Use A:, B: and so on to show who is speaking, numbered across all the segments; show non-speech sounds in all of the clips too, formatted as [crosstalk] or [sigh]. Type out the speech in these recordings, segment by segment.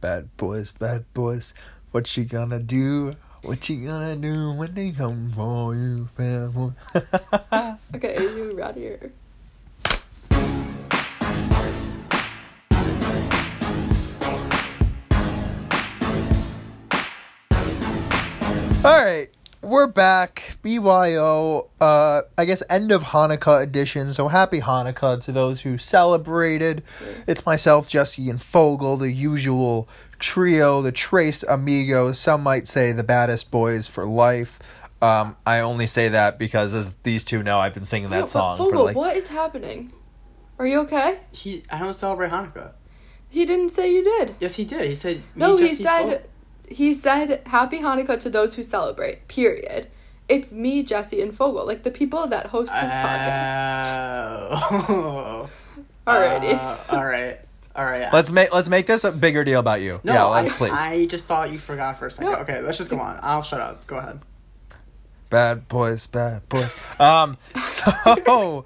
A: Bad boys, bad boys, what you gonna do? What you gonna do when they come for you, bad boy? [laughs]
B: Okay, you right here.
A: All right, we're back. BYO. Uh, I guess end of Hanukkah edition. So happy Hanukkah to those who celebrated. It's myself, Jesse, and Fogel, the usual trio, the Trace Amigos. Some might say the baddest boys for life. Um, I only say that because, as these two know, I've been singing
B: Yeah,
A: that
B: but
A: song for
B: Fogel,
A: like.
B: what is happening? Are you okay?
C: He, I don't celebrate Hanukkah.
B: He didn't say you did.
C: Yes, he did. He said. me,
B: No, he
C: Jesse
B: said
C: Fo-
B: he said happy Hanukkah to those who celebrate. Period. It's me, Jesse, and Fogel, like the people that host this
C: Uh,
B: podcast.
C: Oh. [laughs]
B: Alrighty.
C: Uh, all right. All right.
A: Let's make let's make this a bigger deal about you. yeah, let's
C: I,
A: please.
C: I just thought you forgot for a second.
B: No.
C: Okay, let's just go on. I'll shut up. Go ahead.
A: Bad boys, bad boys. Um, [laughs]
B: [laughs]
A: so,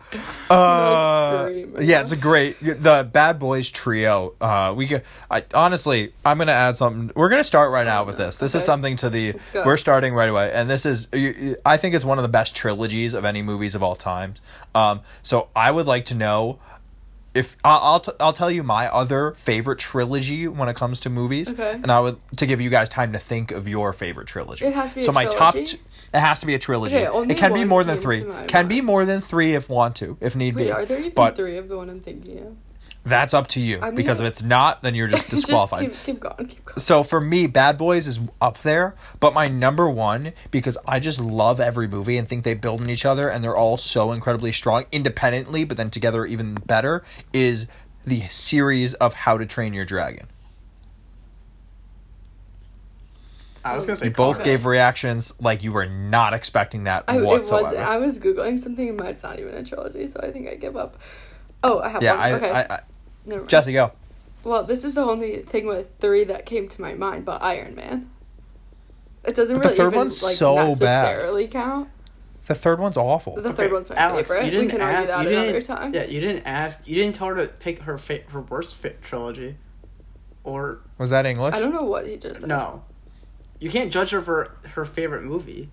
A: uh,
B: scream.
A: yeah, it's a great the bad boys trio. Uh, we get. I honestly, I'm gonna add something. We're gonna start right now with this. This is
B: Okay.
A: something to the.
B: go.
A: We're starting right away, and this is. you- you- I think it's one of the best trilogies of any movies of all times. Um, so I would like to know if I'll I'll, t- I'll tell you my other favorite trilogy when it comes to movies,
B: Okay.
A: and I would to give you guys time to think of your favorite trilogy.
B: It has to be
A: so
B: a
A: my top.
B: trilogy?
A: T- it has to be a trilogy.
B: Okay, only
A: it can be
B: one
A: more than
B: came
A: three.
B: to my
A: Can be
B: mind.
A: more than three if want to, if need
B: Wait,
A: be.
B: are there even
A: but
B: three of the one I'm thinking of?
A: that's up to you
B: I mean-
A: because if it's not, then you're [laughs] just
B: [laughs] Just
A: disqualified.
B: keep, keep going.
A: [laughs]
B: Keep going.
A: So for me, Bad Boys is up there, but my number one because I just love every movie and think they build on each other and they're all so incredibly strong independently, but then together even better is the series of How to Train Your Dragon.
C: I was gonna say.
A: You both
C: Connor.
A: gave reactions like you were not expecting that
B: I, Oh, it
A: whatsoever.
B: was I was googling something and mine's not even a trilogy, so I think I give up. Oh, I have
A: yeah,
B: one.
A: I,
B: okay,
A: I, I,
B: never mind.
A: Jesse, go.
B: Well, this is the only thing with three that came to my mind, but Iron Man. It doesn't
A: But the
B: really
A: third
B: even
A: one's
B: like
A: so bad.
B: necessarily count.
A: The third one's awful.
B: The
C: Okay,
B: third one's my
C: Alex,
B: favorite.
C: You didn't
B: we can argue
C: ask,
B: that
C: you
B: another
C: didn't-
B: time.
C: Yeah, you didn't ask. You didn't tell her to pick her fa- her worst fit trilogy, or
A: Was that English?
B: I don't know what he just said.
C: no. You can't judge her for her favorite movie.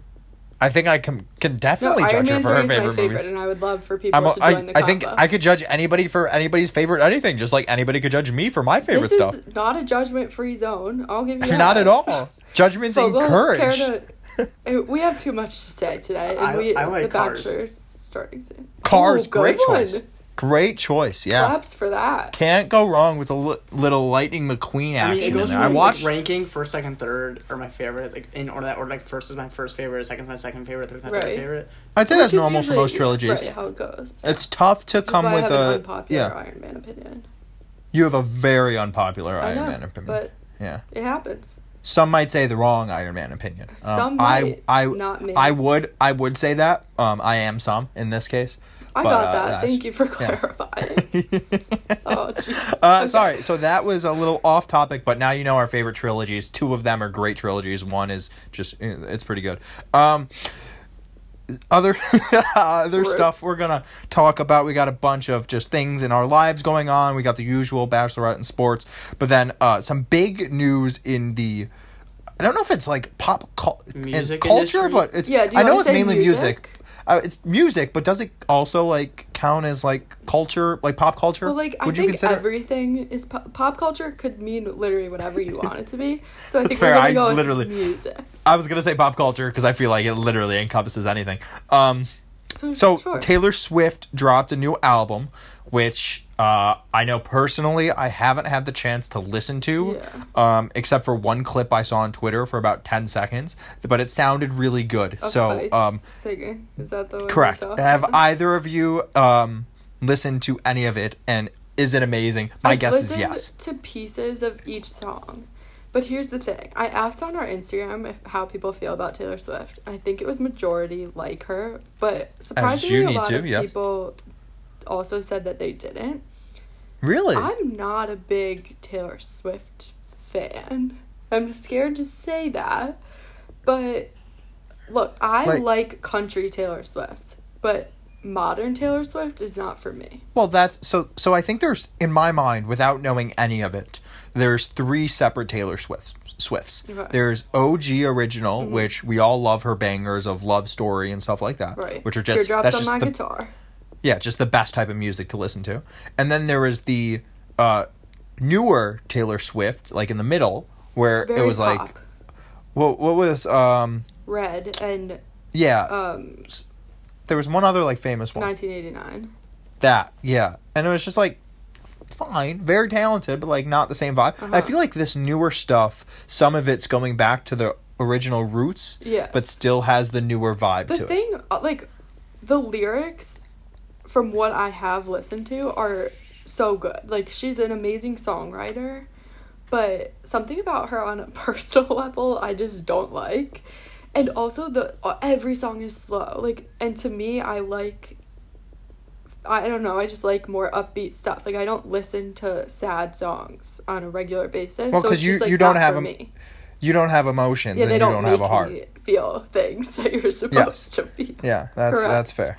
A: I think I can can
B: No,
A: definitely
B: Iron
A: judge
B: Man
A: her for her
B: 3 is my
A: favorite
B: favorite,
A: movies.
B: and I would love for people
A: I'm a,
B: to
A: I,
B: join the
A: I
B: combo.
A: think I could judge anybody for anybody's favorite anything, just like anybody could judge me for my favorite
B: this
A: stuff.
B: is not a judgment-free zone. I'll give you that.
A: Not at all. Judgment's
B: Fogel, care
A: encouraged.
B: to- [laughs] Uh, we have too much to say today, and
C: I-
B: we
C: I like
B: the
C: Cars.
B: Bachelor's starting soon.
A: Cars,
B: Ooh,
A: great
B: good one.
A: choice. Great choice, yeah.
B: Claps for that.
A: Can't go wrong with a li- little Lightning McQueen
C: I
A: action
C: mean, it goes
A: in
C: from
A: there. I
C: like,
A: watched.
C: ranking first, second, third, or my favorite, like in order that order. Like first is my first favorite, second's my second favorite, third's my
B: Right.
C: third favorite.
A: I'd say
B: Which
A: that's
B: is
A: normal for
B: usually-
A: most trilogies.
B: Right, how it goes.
A: It's tough to
B: Which is
A: come
B: why I
A: with
B: have
A: a
B: an unpopular
A: yeah.
B: Iron Man opinion.
A: You have a very unpopular
B: I
A: Iron
B: know,
A: Man opinion.
B: but
A: yeah,
B: it happens.
A: some might say the wrong Iron Man opinion. Um,
B: Some might,
A: I, I,
B: not me.
A: I would, I would say that. Um, I am some in this case.
B: I
A: but,
B: got
A: uh,
B: that.
A: that's-
B: Thank you
A: [laughs]
B: for clarifying. [laughs] oh, Jesus.
A: Uh,
B: Okay.
A: Sorry, so that was a little off topic, but now you know our favorite trilogies. Two of them are great trilogies. One is just eh, it's pretty good. Um, other [laughs] other
B: Rude.
A: stuff we're gonna talk about. We got a bunch of just things in our lives going on. We got the usual bachelorette and sports, but then uh, some big news in the. I don't know if it's like pop cul- and
C: Music
A: culture,
C: industry?
A: but it's.
B: Yeah, do you
A: I know
B: wanna
A: it's
B: say
A: mainly
B: music?
A: music. Uh, it's music, but does it also like count as like culture, like pop culture?
B: Well, like, I
A: Would you
B: think
A: consider-
B: everything is pop, pop culture could mean literally whatever you want it to be. So I think
A: fair,
B: we're gonna
A: I
B: go with
A: literally-
B: music.
A: I was gonna say pop culture because I feel like it literally encompasses anything. Um,
B: So,
A: so
B: Mm, sure.
A: Taylor Swift dropped a new album, which uh, I know personally I haven't had the chance to listen to, um, except for one clip I saw on Twitter for about ten seconds, but it sounded really good.
B: Of
A: so
B: Fight's
A: um,
B: singing is that the one we
A: correct.
B: saw? [laughs]
A: Have either of you um, listened to any of it? And is it amazing? My
B: I've
A: guess is
B: listened
A: yes.
B: To pieces of each song. But here's the thing. I asked on our Instagram if how people feel about Taylor Swift. I think it was majority like her, but surprisingly a
A: need
B: lot
A: to,
B: of
A: yes.
B: people also said that they didn't.
A: Really?
B: I'm not a big Taylor Swift fan. I'm scared to say that. But look, I
A: Like-
B: like country Taylor Swift, but modern Taylor Swift is not for me.
A: Well, that's so. So I think there's in my mind, without knowing any of it, there's three separate Taylor Swifts. Swifts.
B: Okay.
A: There's OG original,
B: Mm-hmm.
A: which we all love her bangers of Love Story and stuff like that,
B: Right.
A: which are just
B: teardrops
A: that's
B: on
A: just
B: my
A: the,
B: guitar.
A: yeah, just the best type of music to listen to. And then there was the uh, newer Taylor Swift, like in the middle, where
B: Very
A: it was
B: pop.
A: like what what was um
B: Red and
A: yeah
B: um
A: there was one other like famous one
B: 1989.
A: that yeah, and it was just like fine, very talented, but like not the same vibe. I
B: Uh-huh.
A: feel like this newer stuff, some of it's going back to the original roots,
B: Yes.
A: but still has the newer vibe
B: The
A: to it.
B: thing, uh, like, the lyrics from what I have listened to are so good. Like, she's an amazing songwriter, but something about her on a [laughs] personal level I just don't like. And also, the uh, every song is slow. Like, and to me, I like. I don't know. I just like more upbeat stuff. Like I don't listen to sad songs on a regular basis.
A: Well,
B: so
A: 'cause
B: it's
A: you-
B: just, like,
A: you don't
B: not
A: have
B: for
A: a-
B: me.
A: You don't have emotions
B: Yeah,
A: and
B: they
A: you
B: don't,
A: don't
B: make
A: have a heart.
B: me feel [laughs] things that you're supposed to feel.
A: Yeah, that's
B: Correct.
A: that's fair.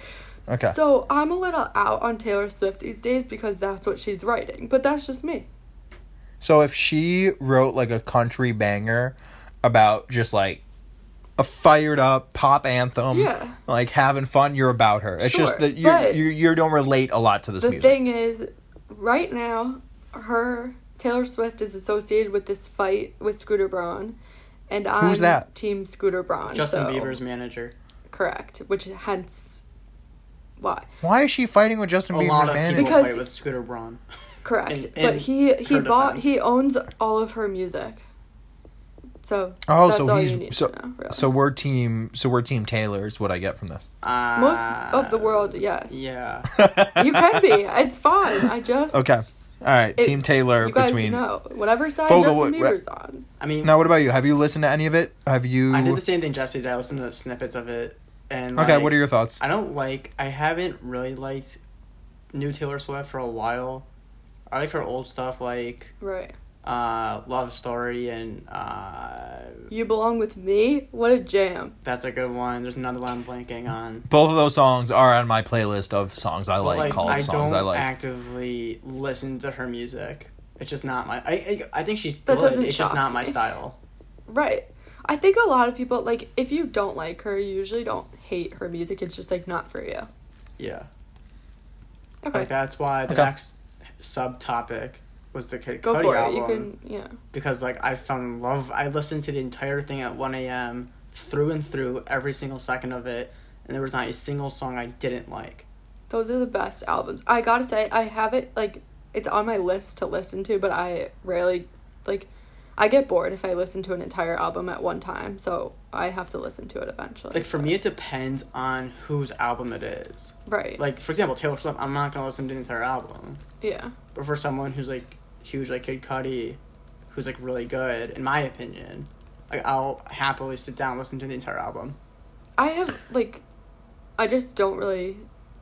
A: Okay.
B: So I'm a little out on Taylor Swift these days because that's what she's writing. But that's just me.
A: So if she wrote like a country banger about just like a fired up pop anthem,
B: Yeah.
A: like having fun, you're about her. It's just
B: Sure,
A: that you,
B: but-
A: you you don't relate a lot to this
B: The
A: music.
B: thing is, right now, her Taylor Swift is associated with this fight with Scooter Braun, and I'm
A: that?
B: Team Scooter Braun.
C: Justin
B: so-
C: Bieber's manager.
B: correct, which hence why
A: Why is she fighting with Justin
C: A
A: Bieber's
C: lot of
A: band?
C: people
B: Because-
C: fight with Scooter Braun.
B: correct.
C: In- in
B: but he he
C: her
B: bought
C: defense.
B: he owns all of her music. So
A: Oh,
B: that's
A: so
B: all
A: he's-
B: you need
A: so-
B: to know. Really.
A: So we're team. So we're team Taylor. Is what I get from
C: [laughs]
A: this.
C: Uh,
B: most of the world, yes.
C: Yeah.
B: You can
C: [laughs]
B: be. It's fine. I just
A: Okay. All right,
B: It-
A: team Taylor
B: you guys
A: between.
B: know whatever side
A: Fogel,
B: Justin
A: what-
B: Bieber's on.
C: I mean,
A: Now, what about you? Have you listened to any of it? Have you?
C: I did the same thing Jesse did. I listened to snippets of it, and
A: okay,
C: like,
A: what are your thoughts?
C: I don't like. I haven't really liked new Taylor Swift for a while. I like her old stuff, like
B: Right.
C: uh, Love Story, and uh,
B: You belong with me. What a jam.
C: that's a good one. There's another one I'm blanking on.
A: Both of those songs are on my playlist of songs I
C: But
A: like,
C: like,
A: called
C: I
A: songs
C: don't
A: I like.
C: actively listen to her music. It's just not my. I I, I think she's
B: That
C: good.
B: doesn't
C: It's just
B: shock
C: not my
B: me.
C: style.
B: Right. I think a lot of people like if you don't like her, you usually don't hate her music. It's just like not for you.
C: Yeah,
B: Okay.
C: like that's why the
A: Okay.
C: next subtopic was the Kid
B: Go
C: Cudi
B: for it.
C: album.
B: You can yeah.
C: because like I fell in love. I listened to the entire thing at one a.m. through and through, every single second of it, and there was not a single song I didn't like.
B: Those are the best albums. I gotta say, I have it like it's on my list to listen to, but I rarely like I get bored if I listen to an entire album at one time, so I have to listen to it eventually.
C: Like for me, it depends on whose album it is.
B: right.
C: Like for example, Taylor Swift, I'm not gonna listen to the entire album,
B: yeah.
C: but for someone who's like huge, like Kid Cudi, who's like really good, in my opinion, like I'll happily sit down and listen to the entire album.
B: I have like I just don't really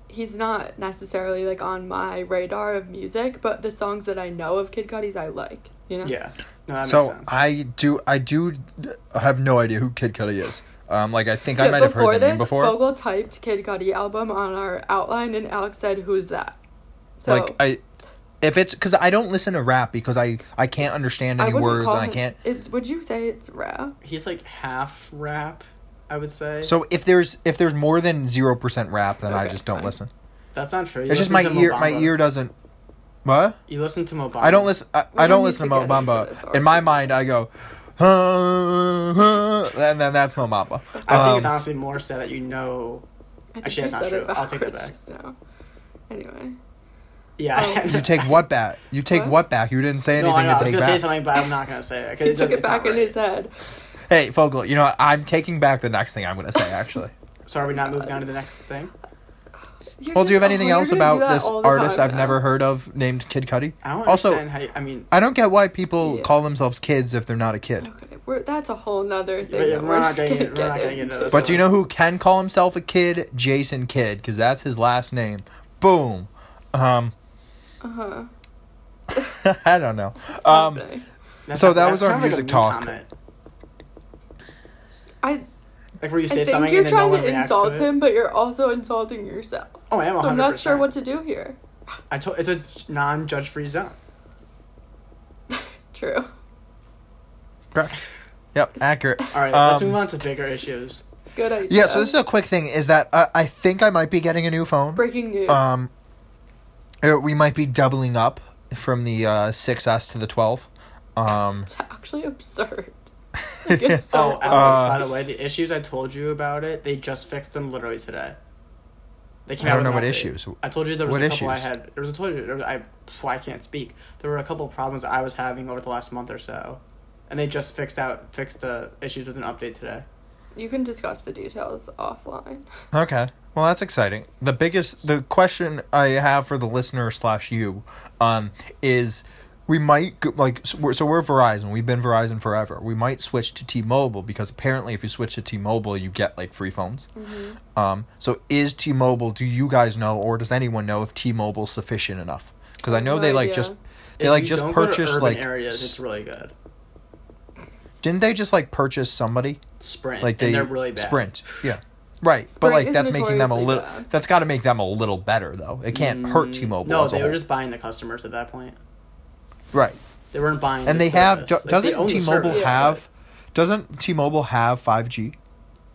B: he's not necessarily like on my radar of music, but the songs that I know of Kid Cudi's I like, you know?
C: Yeah, no, that
A: so
C: makes sense.
A: I do, I do have no idea who Kid Cudi is. Um, like I think I
B: Yeah,
A: might have heard the name
B: this,
A: before.
B: Fogel typed Kid Cudi album on our outline and Alex said, Who's that? So
A: like I, if it's because I don't listen to rap because I I can't understand any
B: wouldn't
A: words
B: call
A: and I
B: him-
A: can't.
B: It's would you say it's rap?
C: He's like half rap, I would say.
A: So if there's if there's more than zero percent rap, then I
B: Okay,
A: just don't
B: fine.
A: listen.
C: that's not true. You
A: It's just my
C: listen to
A: ear. My
C: Mobamba.
A: ear doesn't. What?
C: You listen to Mobamba.
A: I don't listen. I, I
B: need
A: don't
B: to
A: listen to Mo
B: get into this
A: Bamba. In
B: argument.
A: my mind, I go, huh, huh, and then that's Mo Bamba.
C: I think
A: Um,
C: it's honestly more so that you know.
B: I think
C: Actually,
B: you
C: that's not
B: said it
C: true. I'll take that
B: backwards
C: back.
B: just now. Anyway.
C: Yeah. [laughs]
B: Oh.
A: you take what back? You take
B: What?
A: what, back? You didn't say
C: No,
A: anything
C: I know. I
A: to
C: was
A: take
C: gonna
A: back.
C: say something, but I'm not gonna say it because
B: He
C: it
B: took
C: doesn't.
B: it back in his head.
A: Hey, Fogel, you know what? I'm taking back the next thing I'm going to say,
B: [laughs]
A: actually.
C: So are we
B: uh,
C: not moving on to the next thing?
B: You're
A: well, do you have
B: just-
A: anything
B: oh, you're
A: else
B: gonna do
A: about
B: that
A: this
B: all the
A: artist
B: time
A: I've
B: now.
A: never heard of named Kid Cudi?
C: I don't
A: Also-
C: understand how. You, I mean,
A: I don't get why people
B: Yeah.
A: call themselves kids if they're not a kid.
B: Okay, we're, that's a whole nother thing.
C: Yeah,
B: that
C: we're
B: we're not
C: not gonna
B: going to
C: get-
B: get,
C: we're not gonna get into this.
A: But do you know who can call himself a kid? Jason Kidd, because that's his last name. Boom. Um, [laughs]
B: Uh huh.
A: I don't know. Um,
C: that's
A: so
C: not-
A: that
C: that's
A: was our
C: kind of like a
A: music
C: mean
A: talk.
C: comment.
B: I,
C: Like where you
B: I
C: say
B: think
C: something
B: you're
C: and then no
B: trying
C: one
B: to
C: reacts
B: insult
C: to it.
B: him, but you're also insulting yourself.
C: Oh, I am. 100%.
B: So I'm not sure what to do here.
C: I told it's a non-judge free zone.
B: True. [laughs]
A: Correct. [laughs] Yep, accurate.
C: All right, let's
A: Um,
C: move on to bigger issues.
B: Good idea.
A: Yeah, so this is a quick thing is that uh, I think I might be getting a new phone.
B: breaking news.
A: Um, uh, we might be doubling up from the uh, 6S to the 12.
B: [laughs]
A: Um,
B: it's actually absurd. Like, it's
C: Oh,
B: so
C: Alex,
A: Uh,
C: by the way, the issues I told you about it, they just fixed them literally today. They came
A: I
C: out
A: don't
C: with
A: know
C: an
A: what
C: update.
A: issues.
C: I told you there was
A: What
C: a couple
A: issues?
C: I had. There was a told you there was, I phew, I can't speak. There were a couple of problems I was having over the last month or so, and they just fixed out fixed the issues with an update today.
B: you can discuss the details offline.
A: Okay. Well, that's exciting. The biggest, the question I have for the listener slash you, um, is we might go, like so we're, so we're Verizon. We've been Verizon forever. We might switch to T-Mobile because apparently, if you switch to T-Mobile, you get like free phones.
B: Mm-hmm.
A: Um, so is T-Mobile? Do you guys know, or does anyone know if T-Mobile's sufficient enough? Because I know
B: No
A: they like
B: idea.
A: just they
C: If
A: like
C: you
A: just
C: don't go to
A: purchased
C: urban
A: like
C: areas.
A: s-
C: It's really good.
A: didn't they just like purchase somebody?
C: Sprint,
A: like they
C: and they're really bad.
A: sprint. Yeah. Right,
B: Sprint
A: but like
B: is
A: that's making them a
B: notoriously
A: little.
B: bad.
A: That's got to make them a little better, though. It can't hurt
C: Mm,
A: T-Mobile.
C: No,
A: as a
C: they were
A: whole.
C: just buying the customers at that point.
A: right,
C: They weren't buying.
A: and
C: the
A: they have.
C: service.
A: do-
C: Like, they
A: doesn't
C: own the
A: T-Mobile
C: service,
A: have? Doesn't T-Mobile have five G?
C: but-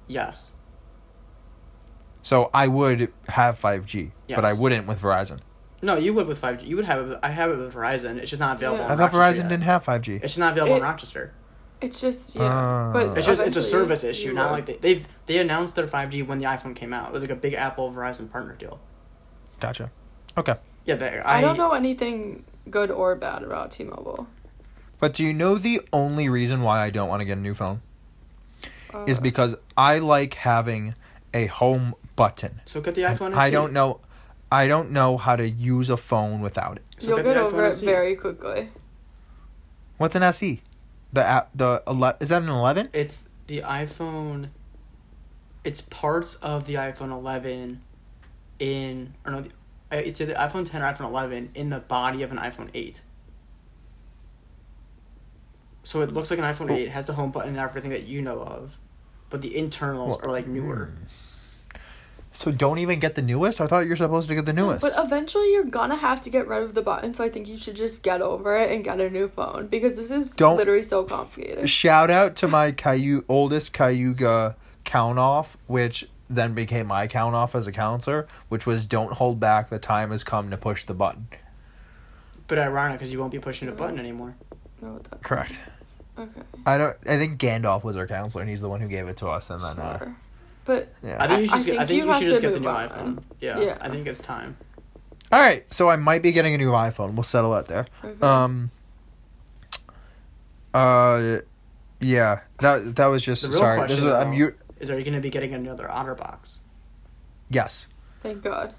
C: Yes.
A: So I would have five G, but I
C: Yes.
A: wouldn't with Verizon.
C: No, you would with five G. You would have it. With, I have it with Verizon. It's just not available.
B: Yeah.
C: in
A: I thought
C: Rochester
A: Verizon
C: yet.
A: didn't have five G.
C: It's just not available in
B: It-
C: Rochester.
B: It's just yeah,
A: Ah.
B: but
C: It's just it's a
B: eventually
C: service
B: you
C: issue, not
B: will.
C: like they, they've they announced their five G when the iPhone came out. It was like a big Apple Verizon partner deal.
A: Gotcha. Okay,
C: Yeah, that I,
B: I don't know anything good or bad about T-Mobile.
A: but do you know the only reason why I don't want to get a new phone
B: Uh,
A: is because I like having a home button.
C: So get the
A: And
C: iPhone.
A: I don't know. I don't know how to use a phone without it.
C: So
B: you'll
C: get the
B: get
C: iPhone
B: over it
C: SE.
B: very quickly.
A: What's an SE? The app. The ele- is that an eleven?
C: It's the iPhone. It's parts of the iPhone 11, in or no, the, uh, it's either iPhone 10 or iPhone 11 in the body of an iPhone 8. So it looks like an iPhone 8 It has the home button and everything that you know of, but the internals
A: Well, hmm.
C: are like newer.
A: So don't even get the newest. I thought you're supposed to get the newest.
B: But eventually you're gonna have to get rid of the button, so I think you should just get over it and get a new phone because this is
A: Don't-
B: literally so complicated.
A: Shout out to my Caillou oldest Cayuga count off, which then became my count off as a counselor, which was don't hold back. The time has come to push the button.
C: But ironic because you won't be pushing a button anymore.
B: Know what that-
A: Correct.
B: Okay.
A: I don't. I think Gandalf was our counselor, and he's the one who gave it to us. And then, uh,
B: Sure. But
A: yeah.
C: I
B: I-
C: think you should.
B: I
C: just get-
B: think
C: I think
B: you
C: you,
B: have
C: should
B: to
C: just get the
B: move
C: new
B: on.
C: iPhone. Yeah,
B: Yeah.
C: I think it's time.
A: All right. So I might be getting a new iPhone. We'll settle that there.
B: okay.
A: Um. Uh, yeah. That that was just
C: The real
A: sorry.
C: question,
A: this was, I'm
C: though-
A: you.
C: Is are you going to be getting another OtterBox?
A: Yes.
B: Thank God.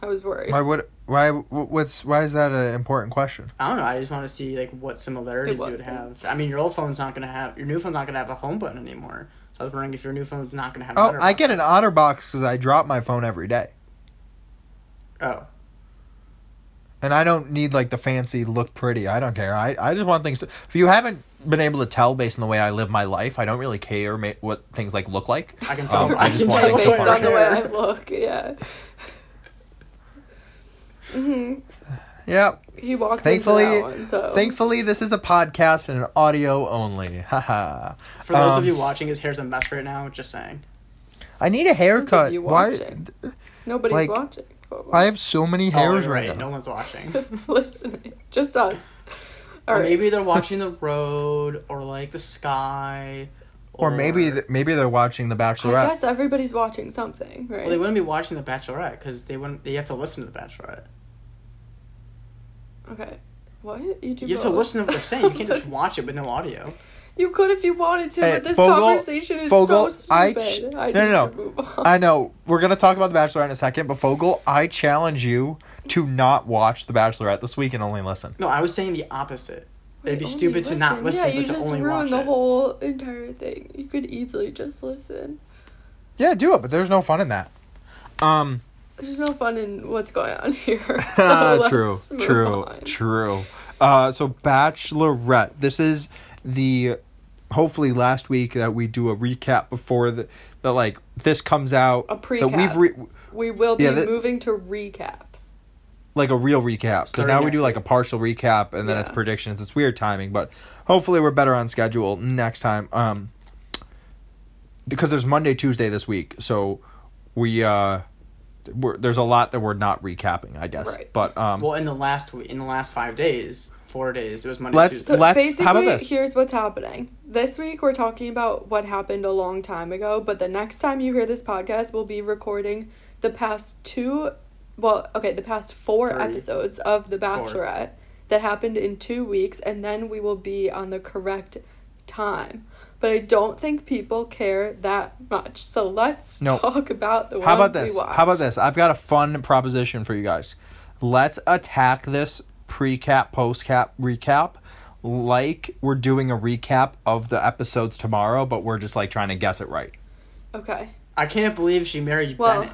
B: I was worried.
A: Why would why wh- what's why is that an important question?
C: I don't know. I just want to see like what similarities you would
B: wasn't.
C: have. I mean, your old phone's not going to have your new phone's not going to have a home button anymore. So I was wondering if your new phone's not going to have. an
A: Oh, I
C: OtterBox.
A: get an OtterBox because I drop my phone every day,
C: Oh,
A: and I don't need like the fancy look pretty. I don't care. I I just want things. To, if you haven't been able to tell based on the way I live my life, I don't really care ma- what things like look like. [laughs]
C: I can tell.
A: Um,
C: I,
A: I
B: [laughs]
C: can
A: just want
C: tell
A: things
B: based
A: to
C: based
B: on
A: function.
B: the way I look, yeah. hmm
A: Yeah.
B: He walked
A: Thankfully,
B: into that one, so
A: Oh. thankfully this is a podcast and an audio only. [laughs] Haha.
C: For those
A: Um,
C: of you watching, his hair's a mess right now. Just saying.
A: I need a haircut.
B: you
A: Why?
B: watching? nobody's
A: like,
B: watching. but we're
A: I
B: [laughs]
A: have so many [laughs]
C: Oh,
A: hairs
C: you're
A: right,
C: right.
A: now.
C: No one's watching.
B: listening, just us. All
C: or
B: right.
C: maybe they're watching the road or like the sky.
A: Or maybe th- maybe they're watching The
B: I
A: Bachelorette.
B: guess everybody's watching something, right?
C: Well, they wouldn't be watching The Bachelorette because they wouldn't. They have to listen to The Bachelorette.
B: okay. What you do?
C: You have to
B: both?
C: listen to what they're saying.
B: [laughs]
C: You can't just watch it with no audio.
B: You could if you wanted to,
A: Hey,
B: but this
A: Fogel-
B: conversation is
A: Fogel,
B: so
A: I
B: stupid. I,
A: ch-
B: need
A: no, no,
B: to
A: no.
B: move on.
A: I know we're gonna talk about the Bachelorette in a second, but Fogel, I challenge you to not watch the Bachelorette this week and only listen.
C: No, I was saying the opposite. It'd be
B: Only
C: stupid to not listen,
B: Yeah, you
C: but to
B: just
C: only watch
B: ruined the
C: it.
B: whole entire thing. You could easily just listen.
A: Yeah, do it, but there's no fun in that. [laughs] Um,
B: There's no fun in what's going
A: [laughs]
B: on [laughs] here. So
A: ah,
B: let's
A: true,
B: move
A: true,
B: on.
A: true. Uh, so Bachelorette, this is the hopefully last week that we do a recap before the that like this comes out
B: A
A: that
B: precap.
A: we've re-
B: We will be
A: Yeah, that-
B: moving to recaps.
A: like a real recap because
C: Starting
A: now we
C: next
A: do like a
C: week.
A: partial recap and then it's
B: Yeah.
A: predictions. It's weird timing, but hopefully we're better on schedule next time. Um, because there's Monday, Tuesday this week, so we uh, we're, there's a lot that we're not recapping, I guess.
B: Right.
A: But um,
C: Well, in the last week, in the last five days, four days, it was Monday.
A: Let's-
C: Tuesday.
B: So
A: Let's-
B: basically,
A: how about this?
B: here's what's happening. This week, we're talking about what happened a long time ago, but the next time you hear this podcast, we'll be recording the past two, well, okay, the past four
C: Three.
B: episodes of The
C: Four.
B: Bachelorette that happened in two weeks, and then we will be on the correct time. But I don't think people care that much. So let's
A: No.
B: talk about the
A: How
B: one
A: about
B: we
A: this?
B: watched.
A: How about this? I've got a fun proposition for you guys. Let's attack this pre-cap, post-cap, recap like we're doing a recap of the episodes tomorrow, but we're just like trying to guess it right.
B: Okay.
C: I can't believe she married
B: Well-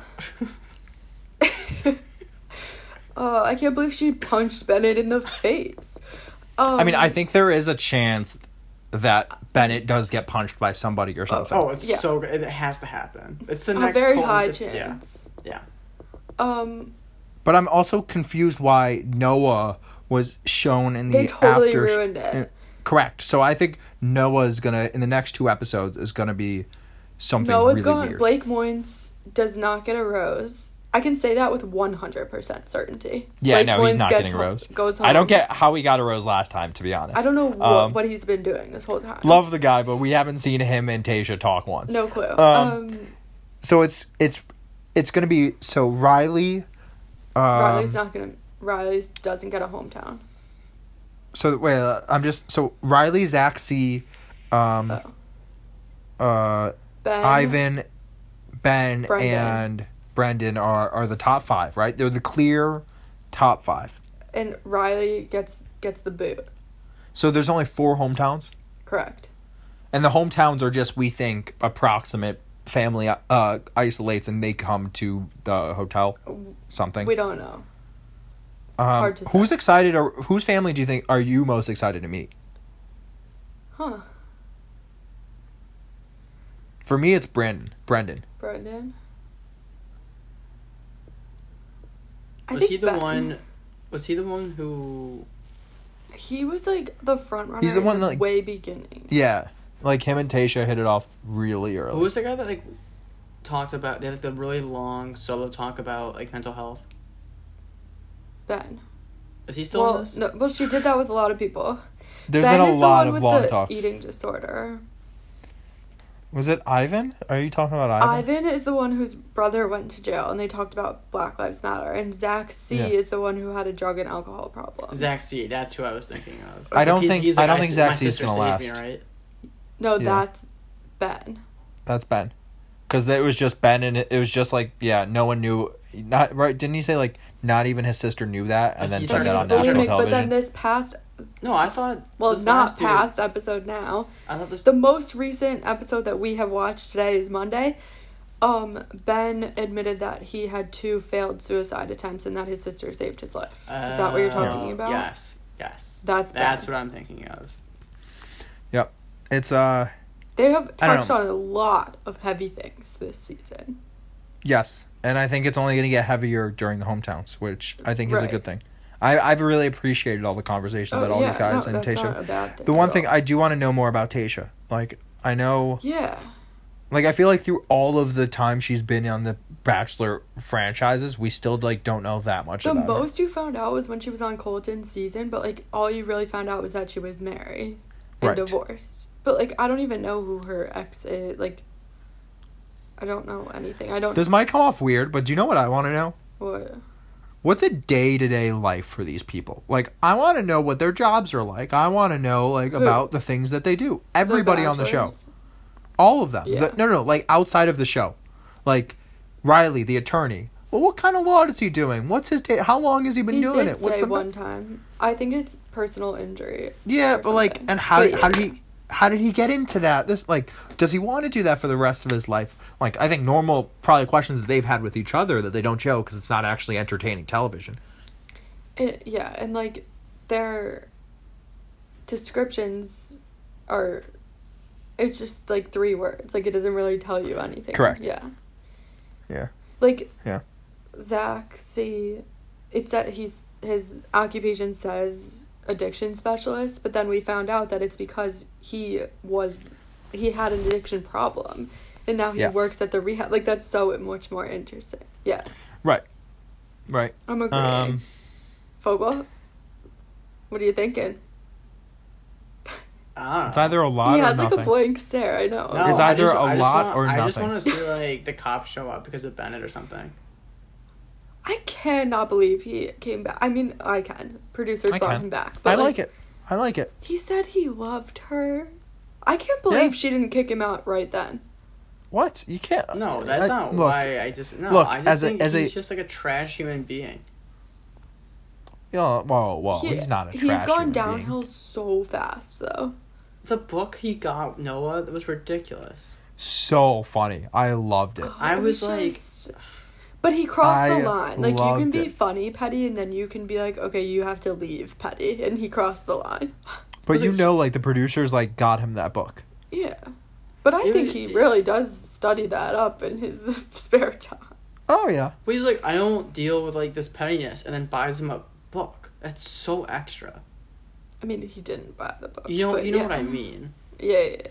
C: Bennett. [laughs]
B: Oh, I can't believe she punched Bennett in the face. Um,
A: I mean, I think there is a chance that Bennett does get punched by somebody or something.
C: oh, it's
B: Yeah.
C: so good. It has to happen. It's the
B: a
C: next
B: very
C: Colton-
B: high
C: it's- Yeah.
B: chance.
C: Yeah.
B: Um,
A: But I'm also confused why Noah was shown in the
B: They totally
A: after
B: ruined it.
A: eh, Correct. So I think Noah is gonna in the next two episodes is gonna be something
B: Noah's
A: really
B: gone.
A: weird.
B: Blake Moynes does not get a rose. I can say that with one hundred percent certainty.
A: Yeah,
B: Blake
A: no, he's
B: Moynes
A: not
B: gets
A: getting a
B: home-
A: rose.
B: Goes home.
A: I don't get how he got a rose last time, to be honest.
B: I don't know what,
A: Um,
B: what he's been doing this whole time.
A: Love the guy, but we haven't seen him and Tasha talk once.
B: No clue.
A: Um,
B: Um,
A: So it's it's it's gonna be so Riley. Um,
B: Riley's not gonna. Riley's doesn't get a hometown.
A: So wait, uh, I'm just so Riley, Zaxi, um,
B: Oh.
A: uh,
B: Ben.
A: Ivan, Ben,
B: Um, Brendan.
A: and Brendan are are the top five, right? They're the clear top five.
B: And Riley gets gets the boot.
A: So there's only four hometowns.
B: Correct.
A: and the hometowns are just we think approximate family uh isolates and they come to the hotel something
B: We don't know.
A: um,
B: hard to
A: who's
B: say.
A: excited or whose family do you think are you most excited to meet
B: Huh.
A: for me it's brendan brendan
B: Brendan. I
C: Was
B: think
C: he the
B: Ben-
C: one? Was he the one who?
B: He was like the front runner.
A: He's the
B: in
A: one that, like-
B: way beginning.
A: yeah like him and tasha hit it off really early
C: Who was the guy that like talked about? They had like, the really long solo talk about like mental health.
B: Ben.
C: Is he still
B: well,
C: in this?
B: no, well, she did that with a lot of people.
A: there's
B: ben
A: been
B: is
A: a
B: the
A: lot
B: one
A: of
B: with
A: long
B: the
A: talks
B: eating disorder.
A: was it ivan are you talking about ivan
B: Ivan is the one whose brother went to jail, and they talked about Black Lives Matter. And Zach C
A: Yeah.
B: is the one who had a drug and alcohol problem.
C: Zach C. That's who I was thinking of.
A: I don't
C: He's-
A: think-
C: he's
A: I
C: like,
A: don't think
C: s-
A: Zach
C: my
A: C is
C: sister
A: gonna
C: saved me,
A: last.
C: right?
B: no,
A: Yeah.
B: that's Ben.
A: that's ben because it was just ben and it it was just like yeah no one knew not right didn't he say like not even his sister knew that and
C: Like,
A: then
C: he's
A: said
C: like-
A: that
C: he's
A: on national
B: bulimic,
A: television
B: but then this past,
C: No, I thought.
B: well,
C: this
B: not
C: last dude-
B: past episode now.
C: I thought this.
B: The most recent episode that we have watched today is Monday. Um, Ben admitted that he had two failed suicide attempts and that his sister saved his life. is that what you're talking
C: Oh,
B: about?
C: Yes. Yes.
B: That's Ben.
C: That's what I'm thinking of.
A: Yep. It's uh
B: They have
A: I don't
B: touched
A: know.
B: on a lot of heavy things this season.
A: yes. And I think it's only gonna get heavier during the hometowns, which I think is a
B: Right. Oh,
A: good thing. I, I've really appreciated all the conversations that all these guys and
B: that's not a
A: Tasha.
B: bad thing
A: The one
B: at
A: thing
B: all.
A: I do want to know more about Tasha. Like I know
B: yeah,
A: like I feel like through all of the time she's been on the Bachelor franchises, we still like don't know that much
B: the
A: about her.
B: most you found out was when she was on Colton's season, but like all you really found out was that she was married and
A: Right.
B: divorced. But like I don't even know who her ex is. Like I don't know anything. I don't
A: This might come off weird, but do you know what I wanna know?
B: what
A: what's a day-to-day life for these people like i want to know what their jobs are like i want to know like about the things that they do everybody on the show
B: Bachelors.
A: all of them
B: Yeah.
A: The- no no like outside of the show like riley the attorney well what kind of law is he doing what's his day how long has he been
B: He
A: doing
B: did
A: it
B: say
A: what's the-
B: one time. I think it's personal injury.
A: yeah
B: or
A: but like
B: something.
A: and how
B: But
A: did, how
B: yeah.
A: did he how did he get into that this like does he want to do that for the rest of his life like i think normal probably questions that they've had with each other that they don't show because it's not actually entertaining television
B: It, yeah, and like their descriptions are it's just like three words. Like it doesn't really tell you anything.
A: Correct.
B: Yeah.
A: Yeah.
B: Like
A: Yeah.
B: Zach C it said he's his occupation says addiction specialist, but then we found out that it's because he was he had an addiction problem, and now he
A: Yeah.
B: works at the rehab. Like that's so much more interesting. Yeah,
A: Right. Right.
B: I'm agreeing.
A: Um,
B: Fogel, what are you thinking?
C: I
A: it's
C: don't know.
A: either a lot
B: he
A: or
B: has
A: nothing.
B: like a blank stare. I know.
C: No,
A: It's
C: I
A: either
C: just-
A: a
C: I just
A: lot
C: want-
A: or
C: I just
A: nothing.
C: want to see like the cops show up because of Bennett or something.
B: I cannot believe he came back. I mean, I can. Producers
A: I
B: brought
A: can.
B: him back.
A: I like it. I like it.
B: He said he loved her. I can't believe
A: Yeah.
B: she didn't kick him out right then.
A: What? You can't.
C: No, that's
A: I-
C: not
A: Oh, look,
C: why. I just no.
A: look,
C: I just
A: as a-
C: think
A: as a-
C: he's just like a trash human being.
A: you know, whoa, whoa.
B: He-
A: he's not a trash
B: He's gone
A: human
B: downhill
A: being.
B: so fast, though.
C: The book he got Noah that was ridiculous.
A: So funny. I loved
B: [gasps]
A: it.
C: I
B: It
C: was like-
B: just- But he crossed
A: I
B: the line. Like, you can
A: loved
B: be
A: it.
B: funny, petty, and then you can be like, okay, you have to leave, petty. And he crossed the line.
A: But you
C: was-
A: know, like the producers like got him that book.
B: Yeah. But I
C: It
B: think
C: was-
B: he really does study that up in his [laughs] spare time.
A: Oh yeah.
C: But he's like, I don't deal with like this pettiness, and then buys him a book. That's so extra.
B: I mean, he didn't buy the book.
C: You know,
B: but
C: you know
B: yeah.
C: what I mean.
B: Yeah, yeah. yeah.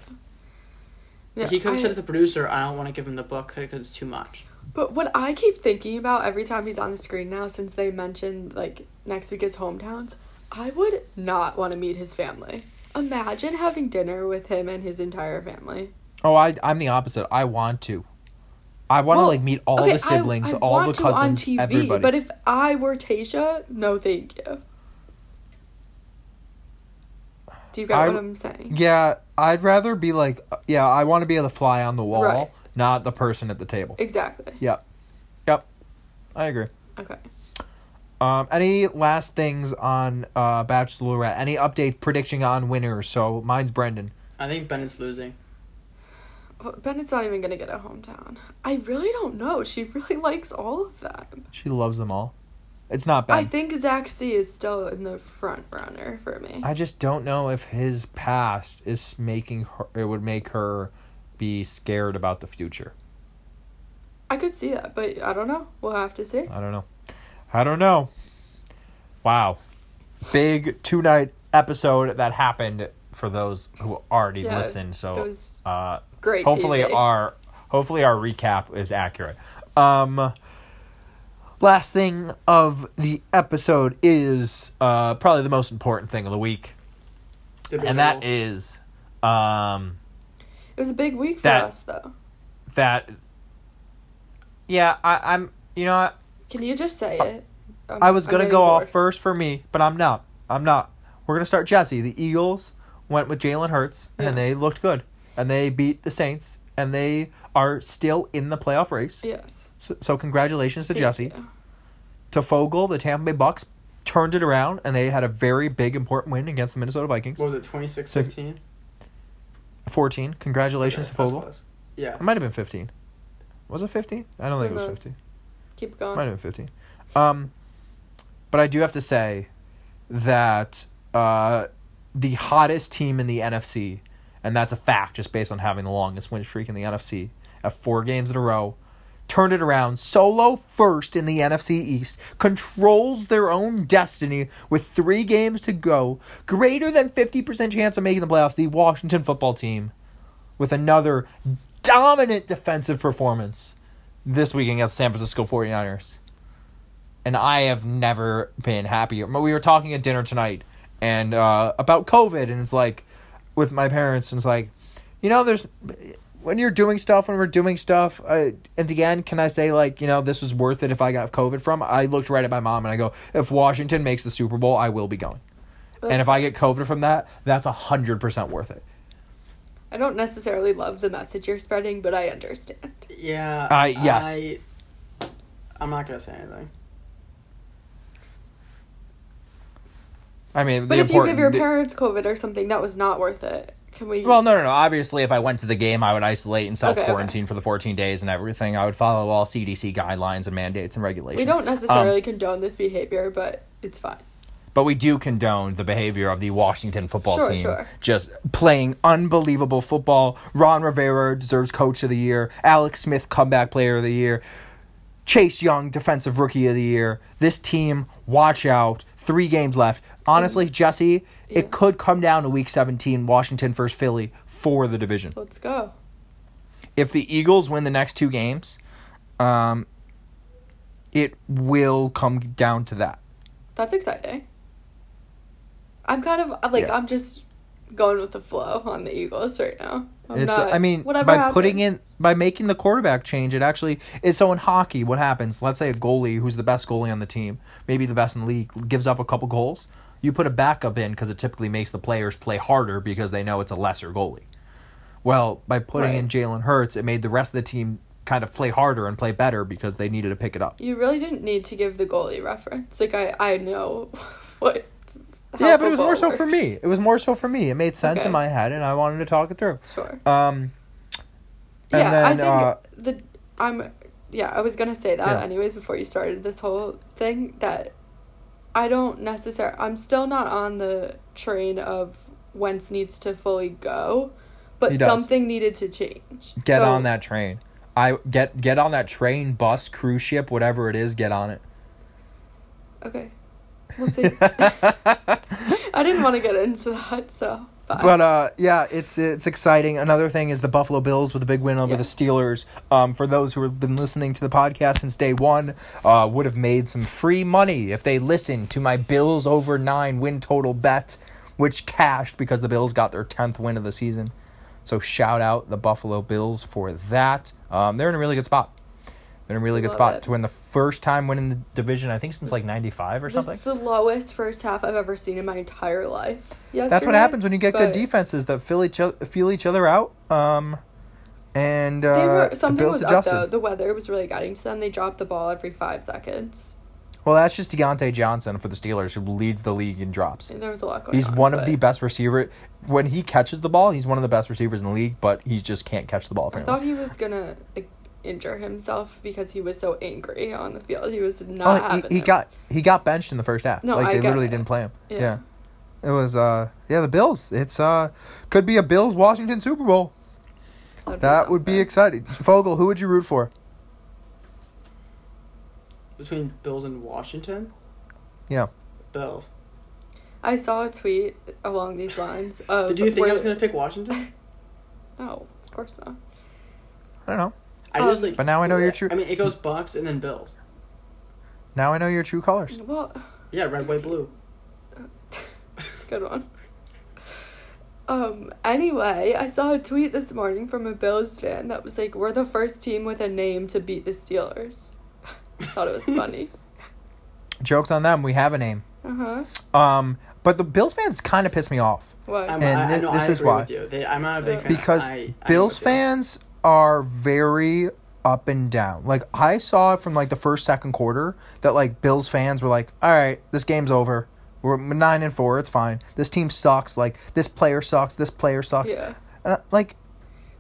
B: No,
C: Like, he could
B: I-
C: have said to the producer, "I don't want to give him the book because it's too much."
B: But what I keep thinking about every time he's on the screen now, since they mentioned like next week is hometowns, I would not want to meet his family. Imagine having dinner with him and his entire family.
A: Oh, I I'm the opposite. I want to. I want
B: Well,
A: to like meet all
B: okay,
A: the siblings,
B: I, I
A: all the
B: want to
A: cousins,
B: on TV,
A: everybody.
B: But if I were Tasha, no, thank you. Do you get
A: I-
B: what I'm saying?
A: yeah, I'd rather be like, uh, yeah, I want to be the fly on the wall,
B: Right.
A: not the person at the table.
B: Exactly.
A: Yep, yep, I agree.
B: Okay.
A: Um, any last things on uh, Bachelorette? Any update prediction on winners? So mine's Brendan.
C: I think Bennett's losing.
B: Well, Bennett's not even gonna get a hometown. I really don't know. She really [laughs] likes all of them.
A: She loves them all. It's not
B: I
A: bad.
B: think Zach C is still in the front runner for me.
A: I just don't know if his past is making her. It would make her be scared about the future.
B: I could see that, but I don't know. We'll have to see.
A: I don't know. I don't know. Wow. Big two night episode that happened for those who already
B: Yeah,
A: listened. So
B: it was
A: uh,
B: Great.
A: hopefully
B: TV.
A: our hopefully our recap is accurate. Um, last thing of the episode is uh, probably the most important thing of the week, and that is um,
B: it was a big week for
A: that-
B: us, though.
A: that. Yeah, I, I'm. You know, what?
B: Can you just say it? Um, I'm-
A: I was
B: I'm
A: gonna
B: getting
A: go off
B: bored.
A: first for me, but I'm not. I'm not. We're gonna start Jesse. The Eagles went with Jalen Hurts,
B: Yeah.
A: and they looked good, and they beat the Saints, and they are still in the playoff race.
B: Yes.
A: So, so congratulations to
B: Thank
A: Jesse.
B: you.
A: To Fogle, the Tampa Bay Bucks turned it around, and they had a very big, important win against the Minnesota Vikings.
C: what was it, 26-15?
A: Fourteen. Congratulations
C: Okay,
A: to
C: that's
A: Fogle.
C: close. Yeah.
A: It might have been fifteen. Was it fifteen? I don't think
B: Who
A: it was
B: knows?
A: fifteen.
B: Keep going.
A: Might have been 15. Um, but I do have to say that uh, the hottest team in the NFC, and that's a fact just based on having the longest win streak in the NFC at four games in a row, turned it around solo first in the NFC East, controls their own destiny with three games to go, greater than 50% chance of making the playoffs, the Washington football team, with another dominant defensive performance this week against San Francisco 49ers. And I have never been happier. But We were talking at dinner tonight and uh, about COVID, and it's like with my parents, and it's like, you know, there's when you're doing stuff, when we're doing stuff, uh, at the end, can I say, like, you know, this was worth it if I got COVID from? I looked right at my mom and I go, if Washington makes the Super Bowl, I will be going. and if I get COVID from that, that's 100% worth it.
B: I don't necessarily love the message you're spreading, but I understand.
C: Yeah.
A: Uh, yes.
C: I, I'm not gonna say anything.
A: I mean,
B: But
A: the
B: if you give your
A: important-
B: parents COVID or something, that was not worth it. Can we?
A: Well, no, no, no. Obviously, if I went to the game, I would isolate and self
B: okay.
A: quarantine for the 14 days and everything. I would follow all CDC guidelines and mandates and regulations.
B: we don't necessarily
A: Um,
B: condone this behavior, but it's fine.
A: but we do condone the behavior of the Washington football
B: Sure,
A: team
B: sure.
A: just playing unbelievable football. Ron Rivera deserves coach of the year. Alex Smith, comeback player of the year. Chase Young, Defensive Rookie of the Year. This team, watch out. Three games left. Honestly, Jesse,
B: Yeah.
A: it could come down to Week 17, Washington versus Philly for the division.
B: Let's go.
A: If the Eagles win the next two games, um, it will come down to that.
B: That's exciting. I'm kind of like
A: Yeah.
B: I'm just going with the flow on the Eagles right now. I'm
A: it's
B: not.
A: I mean
B: whatever
A: by
B: happens.
A: putting in by making the quarterback change, it actually is so in hockey, what happens? Let's say a goalie who's the best goalie on the team, maybe the best in the league, gives up a couple goals. You put a backup in because it typically makes the players play harder because they know it's a lesser goalie. Well, by putting in
B: Right.
A: Jalen Hurts, it made the rest of the team kind of play harder and play better because they needed to pick it up.
B: You really didn't need to give the goalie reference. Like I, I know [laughs] what. how
A: yeah, but it was
B: football
A: more so for
B: works.
A: me. It was more so for me. It made sense
B: Okay.
A: in my head, and I wanted to talk it through.
B: Sure.
A: Um, and
B: yeah,
A: then uh,
B: I think the I'm. Yeah, I was gonna say that
A: Yeah.
B: anyways before you started this whole thing that I don't necessarily. I'm still not on the train of Wentz needs to fully go, but
A: He does.
B: something needed to change.
A: Get
B: So-
A: on that train. I get get on that train, bus, cruise ship, whatever it is. Get on it.
B: Okay,
A: [laughs]
B: we'll see. I didn't want to get into that, so. But,
A: But uh, yeah, it's it's exciting. Another thing is the Buffalo Bills with a big win over
B: Yes.
A: the Steelers. Um, for those who have been listening to the podcast since day one, uh, would have made some free money if they listened to my Bills over nine win total bet, which cashed because the Bills got their tenth win of the season. So shout out the Buffalo Bills for that. Um, they're in a really good spot. They're in a really good
B: Love
A: spot
B: it.
A: to win the first time winning the division. I think since like '95 or
B: this
A: something.
B: is the lowest first half I've ever seen in my entire life. Yes,
A: That's what happens when you get good
B: but-
A: defenses that fill each other, feel each other out. Um, and uh,
B: They were
A: the
B: something
A: Bills
B: was
A: adjusted.
B: up though. The weather was really getting to them. They dropped the ball every five seconds.
A: Well, that's just Deontay Johnson for the Steelers, who leads the league in drops.
B: There was a lot going
A: He's
B: on.
A: one of
B: but
A: the best receiver. When he catches the ball, he's one of the best receivers in the league. But he just can't catch the ball.
B: I
A: Apparently,
B: thought he was gonna like injure himself because he was so angry on the field. He was not
A: oh,
B: having
A: he, he
B: it.
A: got he got benched in the first half.
B: No,
A: like
B: I
A: they
B: get
A: literally
B: it.
A: didn't play him. Yeah.
B: Yeah.
A: it was uh yeah the Bills. It's uh could be a Bills Washington Super Bowl.
B: That'd
A: That would be
B: something.
A: exciting. Fogel, who would you root for?
C: Between Bills and Washington,
A: Yeah.
C: Bills.
B: I saw a tweet along these lines. Of
C: [laughs] Did you think I was
B: where-
C: gonna pick Washington?
B: No, of course not.
A: I don't know.
C: I
B: Um,
C: just like.
A: But now I know your true-
C: I mean, it goes Bucks and then Bills.
A: Now I know your true colors.
B: Well,
C: Yeah, red, white, blue. [laughs]
B: Good one. Um, anyway, I saw a tweet this morning from a Bills fan that was like, We're the first team with a name to beat the Steelers. [laughs] Thought it was [laughs] funny.
A: Jokes on them. We have a name.
B: Uh huh.
A: Um, but the Bills fans kind of piss me off
B: What?
C: I'm,
A: And
C: I, I
A: thi-
C: know,
A: this
C: I
A: is
C: agree
A: why.
C: With you. They, I'm not a big fan.
A: because
C: I- I am
A: Bills
C: with you.
A: fans are very up and down. Like I saw it from like the first second quarter that like Bills fans were like, "All right, this game's over. We're nine and four. It's fine. This team sucks. Like this player sucks. This player sucks."
B: Yeah.
A: And I, like,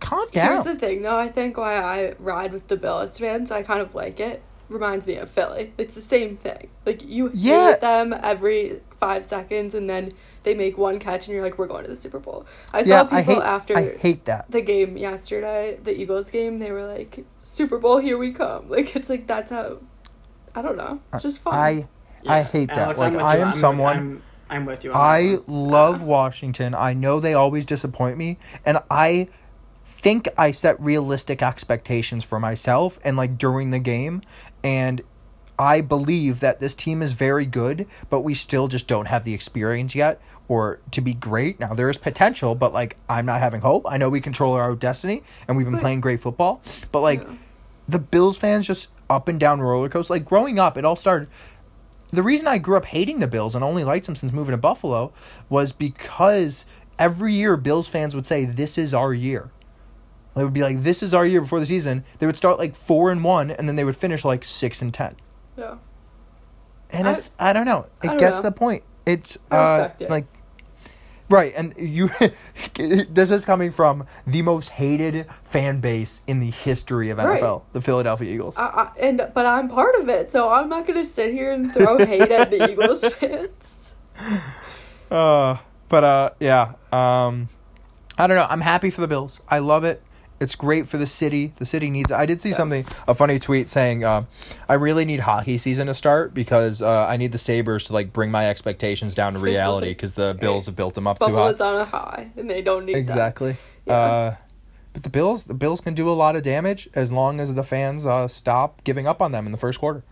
A: calm
B: Here's
A: down.
B: the thing, though. I think why I ride with the Bills fans, I kind of like it. Reminds me of Philly. It's the same thing. Like you
A: Yeah.
B: hate them every five seconds, and then they make one catch, and you're like, "We're going to the Super Bowl." I
A: yeah,
B: saw people
A: I hate.
B: after
A: I hate that.
B: the game yesterday, the Eagles game, they were like, Super Bowl, here we come. [laughs] Like, it's like, that's how, I don't know. It's just fun.
A: Uh, I I
C: Yeah.
A: hate that.
C: Alex,
A: Like
C: I'm with
A: I
C: you.
A: am
C: I'm with-
A: someone.
C: I'm, I'm with you. on
A: I
C: that one.
A: love Washington. I know they always disappoint me, and I think I set realistic expectations for myself and like during the game and I believe that this team is very good, but we still just don't have the experience yet or to be great. Now there is potential, but like I'm not having hope. I know we control our own destiny and we've been playing great football, but like the Bills fans just up and down roller coaster. Like growing up, it all started the reason I grew up hating the Bills and only liked them since moving to Buffalo was because every year Bills fans would say, This is our year. They would be like, This is our year before the season. They would start like four and one and then they would finish like six and ten.
B: yeah.
A: And
B: I-
A: it's I don't know. It
B: don't
A: gets
B: know.
A: to the point. It's
B: I
A: uh
B: respect it.
A: like Right, and you [laughs] this is coming from the most hated fan base in the history of NFL,
B: Right.
A: the Philadelphia Eagles.
B: I, I, and, but I'm part of it, so I'm not going to sit here and
A: [laughs]
B: throw hate at the Eagles [laughs] fans.
A: Uh, but uh, yeah. Um, I don't know. I'm happy for the Bills. I love it. It's great for the city. The city needs. I did see something a funny tweet saying, um, "I really need hockey season to start because uh, I need the Sabers to like bring my expectations down to reality because
B: [laughs]
A: the Bills have built them up too high."
B: Buffalo's on a high, and they don't need that.
A: Exactly.
B: Yeah.
A: Uh, but the Bills, the Bills can do a lot of damage as long as the fans uh, stop giving up on them in the first quarter.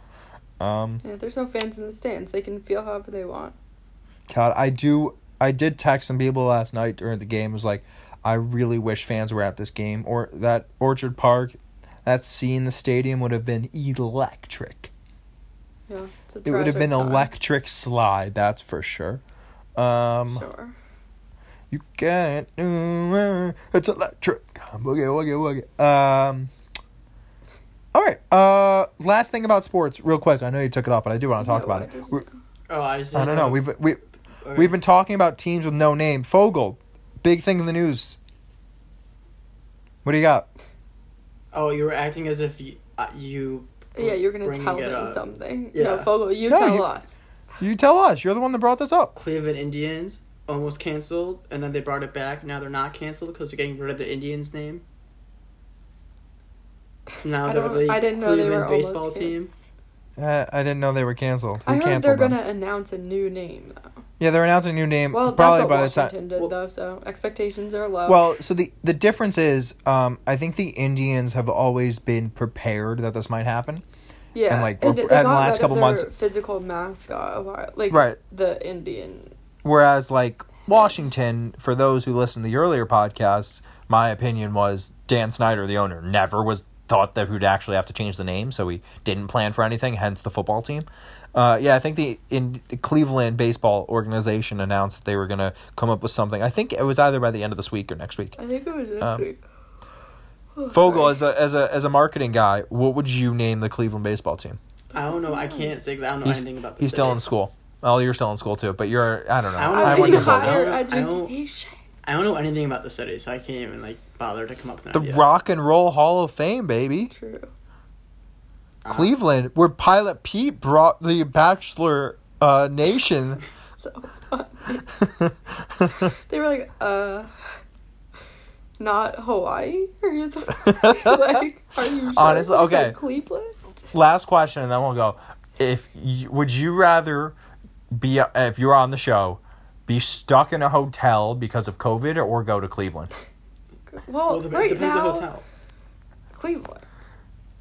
A: Um,
B: Yeah, there's no fans in the stands. They can feel however they want.
A: God, I do. I did text some people last night during the game. Was like, I really wish fans were at this game or that Orchard Park. That scene, the stadium would have been electric.
B: Yeah, it's a
A: It would have been
B: tragic time.
A: electric slide. That's for sure. Um,
B: Sure.
A: you can't. do it. It's electric. Boogie, woogie, woogie. Um. All right. Uh, last thing about sports, real quick. I know you took it off, but I do want to talk
B: No,
A: about
B: I
A: it.
B: didn't
A: We're-
C: Oh, I just.
A: I don't know. We've we
C: okay.
A: We've been talking about teams with no name. Fogel, big thing in the news. What do you got?
C: Oh, you were acting as if you. Uh, you
B: Yeah, you're gonna
C: bringing
B: tell
C: it
B: them
C: up.
B: something. No,
C: Yeah.
B: Fogel, you
A: No,
B: tell
A: you-
B: us.
A: You tell us. You're the one that brought this up.
C: Cleveland Indians almost canceled, and then they brought it back. Now they're not canceled because they're getting rid of the Indians name. So now
B: I
C: they're
B: don't-
C: the
B: I didn't know they
C: Cleveland
B: were almost
C: baseball team.
A: Uh, I didn't know they were canceled. Who
B: I heard
A: canceled
B: they're
A: them?
B: gonna announce a new name though.
A: Yeah, they're announcing a new name
B: Well,
A: probably
B: that's what
A: by the time.
B: Washington did
C: Well-
B: though, so expectations are low.
A: Well, so the the difference is, um, I think the Indians have always been prepared that this might happen.
B: yeah,
A: and, like,
B: they
A: and the
B: got
A: last
B: rid of
A: couple
B: their
A: months-
B: physical mascot of our like
A: Right.
B: the Indian.
A: Whereas, like Washington, for those who listened to the earlier podcasts, my opinion was Dan Snyder, the owner, never was thought that he'd actually have to change the name, so he didn't plan for anything. Hence the football team. Uh, yeah, I think the in the Cleveland baseball organization announced that they were gonna come up with something. I think it was either by the end of this week or next week.
B: I think it was this
A: Um, [sighs]
B: week. Oh,
A: Fogel,
B: sorry.
A: as a as a as a marketing guy, what would you name the Cleveland baseball team?
C: I don't know. I can't say 'cause I don't know
A: He's,
C: anything about this.
A: he's still in school. Oh, you're still in school too, but you're I don't know.
C: I don't know
A: I
C: if
A: went
C: you
A: to Fogel.
C: hire-
B: higher
C: I don't-
B: education.
C: I don't know anything about the city, so I can't even like bother to come up with
A: The
C: an idea.
A: Rock and Roll Hall of Fame, baby.
B: True.
C: Uh,
A: Cleveland, where Pilot Pete brought the Bachelor uh, Nation.
B: So funny. They were like, uh, not Hawaii
A: [laughs]
B: or something. like, are you sure?
A: Honestly,
B: You said
A: okay.
B: Cleveland.
A: [laughs] Last question, and then we'll go. If you, would you rather be uh, if you were on the show, be stuck in a hotel because of COVID, or go to Cleveland?
B: Well,
C: well, it
B: right
C: depends
B: now,
C: on hotel.
B: Cleveland.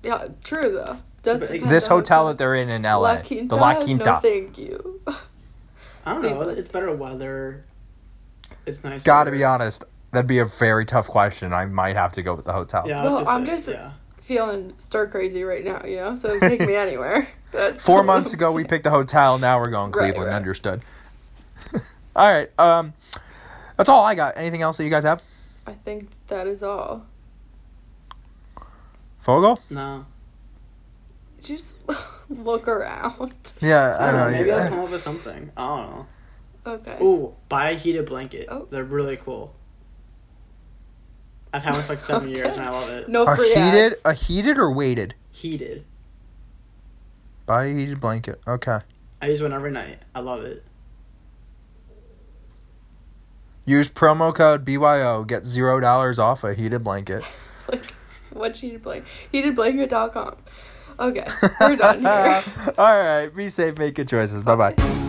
B: Yeah, true though. Does
C: But-
B: depend
A: This
B: on
A: hotel that they're in in LA,
B: La Quinta.
A: the La Quinta.
B: No, thank you. [laughs]
C: I don't know.
B: Cleveland.
C: It's better weather. It's nice.
A: Gotta be honest, that'd be a very tough question. I might have to go with the hotel.
C: Yeah, I was
B: Well, I'm
C: like,
B: just-
C: yeah.
B: Feeling stir crazy right now, you know. So
A: [laughs]
B: take me anywhere. That's
A: Four
B: all
A: months
B: I'm
A: ago, we
B: saying.
A: picked the hotel. Now we're going
B: Right,
A: Cleveland.
B: right.
A: Understood. [laughs] all right. Um, that's all I got. Anything else that you guys have?
B: I think that is all.
A: Fogel.
C: No.
B: Just [laughs] look around. [laughs]
A: Yeah, I
C: I
A: don't know.
C: Maybe I'll
A: yeah.
C: come up with something. I don't know.
B: Okay.
C: Ooh, buy a heated blanket.
B: Oh.
C: They're really cool. I've had one for
B: [laughs]
C: like seven years and I love it.
B: No
A: A
B: free
A: heated,
B: ads. [laughs]
A: a heated or weighted?
C: Heated.
A: Buy a heated blanket. Okay.
C: I use one every night. I love it.
A: Use promo code BYO. Get zero dollars off a heated blanket. [laughs]
B: like what she did blank he did blanket.com okay we're done here
A: [laughs] All right. Be safe. Make good choices. Bye bye.